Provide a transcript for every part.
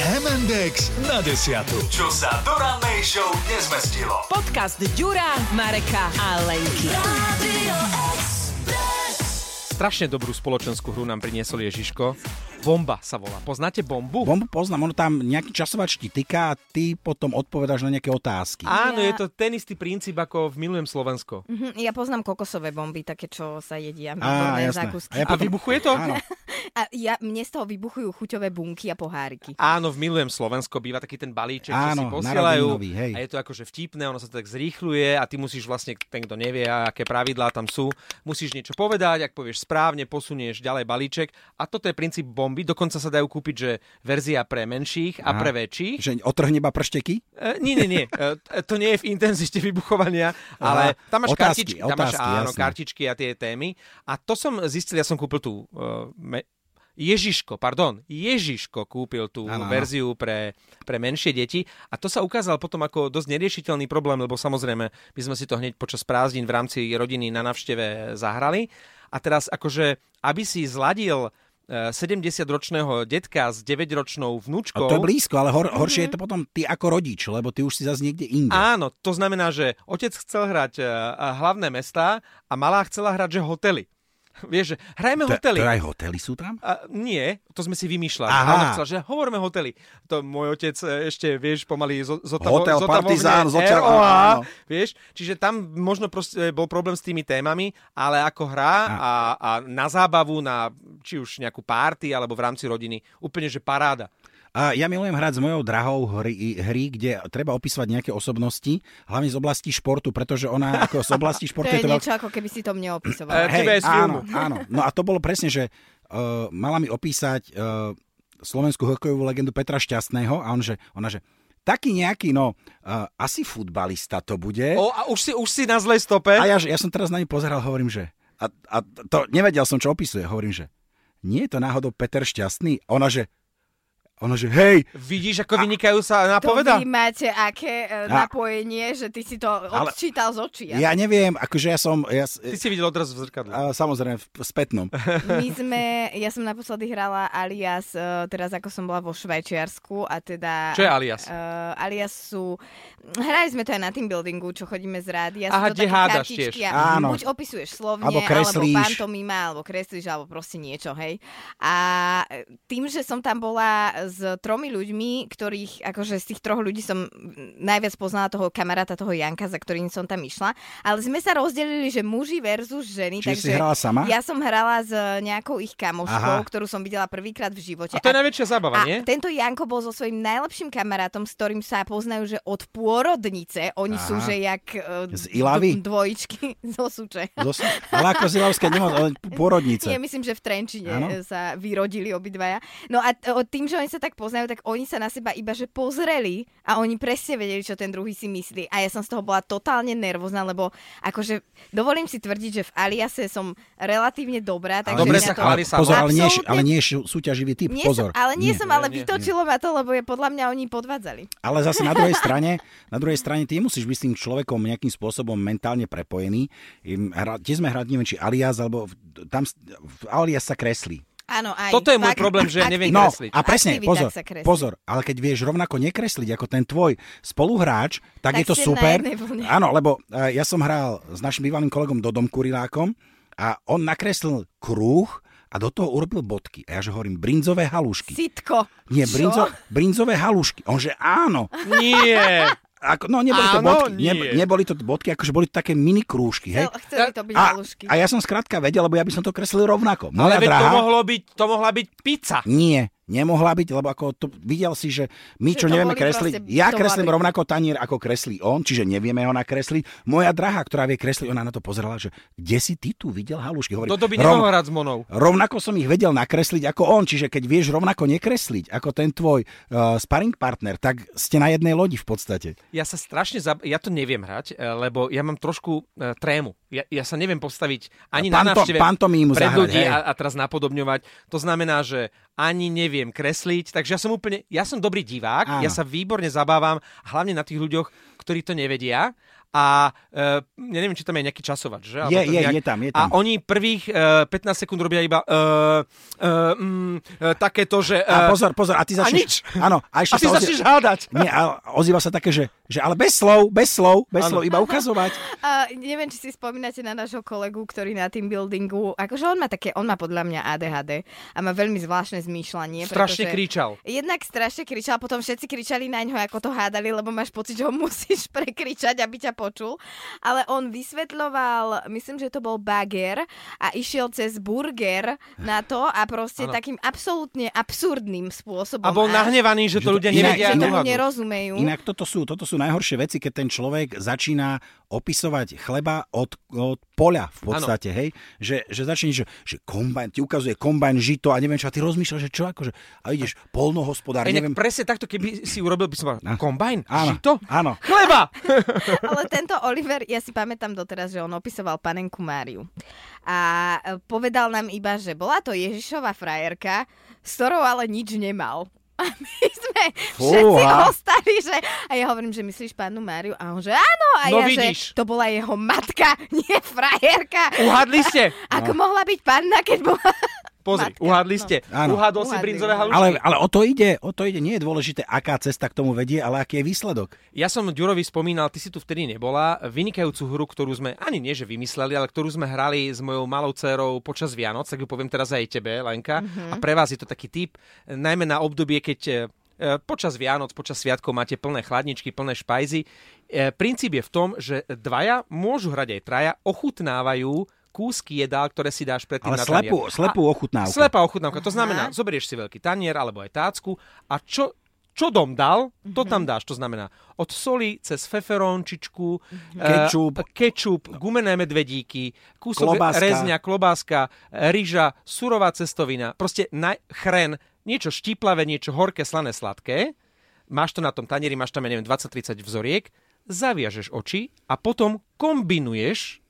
Index na desiatu. Čo sa do rannej show nezmestilo. Podcast Ďura, Mareka a Lenky. Strašne dobrú spoločenskú hru nám priniesol Ježiško. Bomba sa volá. Poznáte bombu? Bombu poznám, ono tam nejaký časovač ti tyká a ty potom odpovedáš na nejaké otázky. A- Áno, Ja- je to ten istý princíp ako v Milujem Slovensko. Mhm, Ja poznám kokosové bomby, také, čo sa jedia. Á, výborné jasné. zákusky. A ja A potom- vybuchuje to? Áno. A ja, mne z toho vybuchujú chuťové bunky a poháriky. Áno, v Milujem Slovensko býva taký ten balíček, čo si Áno, posielajú. narodinový, hej. A je to akože vtipné, ono sa to tak zrýchluje a ty musíš vlastne, ten kto nevie, aké pravidlá tam sú, musíš niečo povedať, ak povieš správne, posunieš ďalej balíček. A toto je princíp bomby, dokonca sa dajú kúpiť, že verzia pre menších a Aha. pre väčších. Že otrhne iba pršteky? E, nie, nie, nie. E, t- to nie je v intenzite vybuchovania, ale Aha. tam máš Otázky, kartičky. Tam máš, otázky, áno, jasné. kartičky a tie témy. A to som zistil, ja som kúpil tú... Uh, me- Ježiško, pardon, Ježiško kúpil tú Áno, áno. verziu pre, pre menšie deti a to sa ukázal potom ako dosť neriešiteľný problém, lebo samozrejme my sme si to hneď počas prázdnin v rámci rodiny na navšteve zahrali a teraz akože, aby si zladil e, 70-ročného detka s 9-ročnou A vnúčkou... to je blízko, ale hor- Mhm. horšie je to potom ty ako rodič, lebo ty už si zase niekde inde. Áno, to znamená, že otec chcel hrať eh, hlavné mestá a malá chcela hrať, že hotely. Vieš, že hrajme to, hotely. to teda aj hotely sú tam? A, nie, to sme si vymýšľali. Aha. Aha. Ona chcela, že hovoríme hotely. To môj otec e, ešte, vieš, pomaly zo, zotavo, Hotel zotavovne Partizán, zoťa- áno. ROA, vieš, čiže tam možno proste e, bol problém s tými témami, ale ako hra a, a na zábavu, na či už nejakú párty, alebo v rámci rodiny, úplne, že paráda. A ja milujem hrať s mojou drahou hry, hry, kde treba opisovať nejaké osobnosti, hlavne z oblasti športu, pretože ona ako z oblasti To športu je veľké- niečo, ako keby si to E, mne opísoval. tebe aj z filmu. Áno, áno. No a to bolo presne, že uh, mala mi opísať uh, slovenskú hokejovú legendu Petra Šťastného a on, že, ona, že taký nejaký, no, uh, asi futbalista to bude. O, e? a už si, už si na zlej stope. E- A ja, že- ja som teraz na ňu pozeral, hovorím, že... A, a to nevedel som, čo opisuje. Hovorím, že nie je to náhodou Peter Šťastný? A Ona, že... Ona, že hej, Vidíš, ako vynikajú sa To napoveda? vy máte aké e, A- napojenie, že ty si to Ale- odčítal z očí. ja neviem, akože ja som... Ja, s- Ty si videl odraz v zrkadle. a, samozrejme, v, v spätnom. My sme, ja som naposledy hrala alias, e, teraz ako som bola vo Švajčiarsku a teda... Čo je alias? Uh, alias sú... Hrali sme to aj na team buildingu, čo chodíme z rády. Ja Aha, sú to kde také hádaš kartičky tiež. A Áno. Buď opisuješ slovne, Alebo alebo, kreslíš. pantomima, alebo kreslíš, alebo proste niečo, hej. A e, tým, že som tam bola s tromi ľuďmi, ktorých, akože z tých troch ľudí som mm, najviac poznala toho kamaráta, toho Janka, za ktorým som tam išla. Ale sme sa rozdelili, že muži versus ženy. Čiže si takže hrala sama? Ja som hrala s nejakou ich kamoškou, Aha. ktorú som videla prvýkrát v A živote. to je najväčšia zábava, nie? A tento Janko bol so svojím najlepším kamarátom, s ktorým sa poznajú, že od pôrodnice. Oni Aha. sú, že jak e, Z Ilavy? d- dvojičky zo Suče. Zos, ale ako Zilavské nemoc, ale pôrodnice. Nie, myslím, že v Trenčine Áno. e, sa vyrodili obidvaja. No a t- o- tým, že oni sa tak poznajú, tak oni sa na seba iba že pozreli a oni presne vedeli, čo ten druhý si myslí. A ja som z toho bola totálne nervózna, lebo akože dovolím si tvrdiť, že v Aliase som relatívne dobrá. Takže Dobre mňa sa to... chváli ale, pozor, ale nie, je- Absolútne- ale nie je šu- súťaživý typ, Nie pozor. som, ale nie, som, Nie, ale nie. vytočilo ma to, lebo je podľa mňa oni podvádzali. Ale zase na druhej strane, na druhej strane ty musíš byť s tým človekom nejakým spôsobom mentálne prepojený. Im hra- Kde sme hrať, neviem, či alias, alebo v- tam s- v alias sa kreslí. Áno, aj. Toto je môj fakt. problém, že ja Ak- neviem No, kresliť. a presne, Aktivita pozor, sa kreslí. pozor, ale keď vieš rovnako nekresliť ako ten tvoj spoluhráč, tak, Tak je to ste na super. jednej vlne. Áno, lebo e, ja som hral s našim bývalým kolegom Dodom Kurilákom a on nakreslil kruh a do toho urobil bodky. A ja že hovorím, brinzové halušky. Sitko. Nie, Čo? brinzo, brinzové halušky. On že áno. Nie. Ako, no, neboli to Áno, bodky, nie. ne, neboli to bodky, akože boli to také mini krúžky, hej. Chcel, chceli to byť A, halušky. a ja som skrátka vedel, lebo ja by som to kreslil rovnako. Ale Moja veď to, drahá, mohlo byť, to mohla byť pizza. nie, nemohla byť, lebo ako to, videl si, že my, Že čo to nevieme boli kresliť, proste- ja to kreslím boli- rovnako tanier, ako kreslí on, čiže nevieme ho nakresliť. Moja drahá, ktorá vie kresliť, ona na to pozerala, že kde si ty tu videl halušky? Hovorím, Toto by "Rov- nemohol hrať s monou. Rovnako som ich vedel nakresliť ako on, čiže keď vieš rovnako nekresliť ako ten tvoj uh, sparring partner, tak ste na jednej lodi v podstate. Ja sa strašne... Zab... Ja to neviem hrať, e, lebo ja mám trošku e, trému. Ja, ja sa neviem postaviť ani na Panto- návšteve pantomímu pred zahrať, ľudí hej. a, a teraz napodobňovať. To znamená, že ani neviem kresliť, takže ja som úplne... Ja som dobrý divák, Áno. ja sa výborne zabávam, hlavne na tých ľuďoch, ktorí to nevedia. A a e, ja neviem, či tam je nejaký časovač, že? Alebo Je, to je, je tam, je A tam. oni prvých e, 15 sekúnd robia iba e, e, mm, e, takéto, že... E, A pozor, pozor, a ty a začneš... nič. Áno, a a ešte ty sa začneš hádať. Nie, ale ozýva sa také, že, že ale bez slov, bez slov, bez Áno. slov, iba ukazovať. A neviem, či si spomínate na nášho kolegu, ktorý na team buildingu, akože on má také, on má podľa mňa ADHD a má veľmi zvláštne zmýšľanie. Strašne kričal. Jednak strašne kričal, potom všetci kričali na ňo, ako to hádali, lebo máš pocit, že ho musíš prekričať, aby ťa počul. Ale on vysvetľoval, myslím, že to bol bager a išiel cez burger na to a proste Áno. takým absolútne absurdným spôsobom. A bol nahnevaný, že No, Že to to ľudia inak- nevedia. že tomu dohadnúť. nerozumejú. Inak toto sú, toto sú najhoršie veci, keď ten človek začína opisovať chleba od, od poľa v podstate, hej? Že, že začne, že, že kombajn, ti ukazuje kombajn, žito a neviem čo, a ty rozmýšľaš, že čo akože, a ideš polnohospodár, A inak neviem. presne takto, keby si urobil, by som mal, A- kombajn, Áno, žito, áno. chleba. Ale tento Oliver, ja si pamätám doteraz, že on opisoval panenku Máriu. A e, povedal nám iba, že bola to Ježišova frajerka, s ktorou ale nič nemal. A my sme všetci Fúha. ostali, že... A ja hovorím, že myslíš pánu Máriu? A on, že áno. A No ja, vidíš. že to bola jeho matka, nie frajerka. Uhadli ste. Ako mohla byť panna, keď bola... Pozri, Matka, uhadli no. ste. Áno. Uhádol si Uhadli, brinzové no. halušky. Ale, ale o to ide, o to ide. Nie je dôležité, aká cesta k tomu vedie, ale aký je výsledok. Ja som Ďurovi spomínal, ty si tu vtedy nebola, vynikajúcu hru, ktorú sme ani nie, že vymysleli, ale ktorú sme hrali s mojou malou dcerou počas Vianoc, tak ju poviem teraz aj tebe, Lenka. Mm-hmm. A pre vás je to taký typ, najmä na obdobie, keď e, počas Vianoc, počas Sviatkov máte plné chladničky, plné špajzy. E, Princíp je v tom, že dvaja, môžu hrať aj traja, ochutnávajú kúsky jedál, ktoré si dáš predtým na Ale slepú, tanier. slepú ochutnávku. Slepá ochutnávka. To znamená, zoberieš si veľký tanier alebo aj tácku a čo, čo dom dal, to tam dáš. To znamená od soli cez feferončičku, Kečup. eh, kečup gumené medvedíky, kúsok Klobáska. rezňa, klobáska, eh, ryža, surová cestovina, proste na, chren, niečo štíplavé, niečo horké, slané, sladké. Máš to na tom tanieri, máš tam, ja neviem, 20-30 vzoriek, zaviažeš oči a potom kombinuješ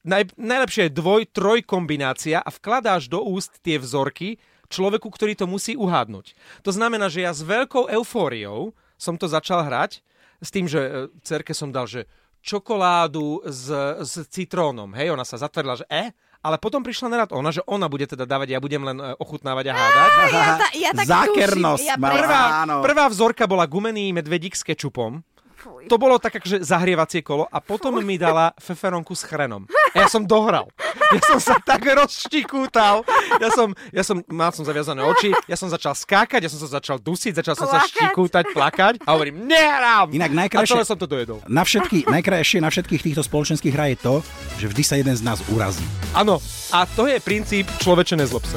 Naj, najlepšie je dvoj, troj kombinácia a vkladáš do úst tie vzorky človeku, ktorý to musí uhádnuť. To znamená, že ja s veľkou eufóriou som to začal hrať s tým, že e, cerke som dal, že čokoládu s, s citrónom. Hej, ona sa zatvorila, že e, ale potom prišla na rad ona, že ona bude teda dávať, ja budem len e, ochutnávať a hádať. Ja, ta, ja tak Zákernosť tuším. Ja mala. pre... Prvá, Áno. prvá vzorka bola gumený medvedík s kečupom. To bolo tak, že zahrievacie kolo a potom mi dala feferonku s chrenom. A ja som dohral. Ja som sa tak rozštikútal. Ja som, ja som, mal som zaviazané oči, ja som začal skákať, ja som sa začal dusiť, začal som sa Plakať. štikútať, plakať a hovorím, nehrám! Inak A najkrajšie- celé som to dojedol. Na všetky, najkrajšie na všetkých týchto spoločenských hrách je to, že vždy sa jeden z nás urazí. Áno, a to je princíp človeče nezlob sa.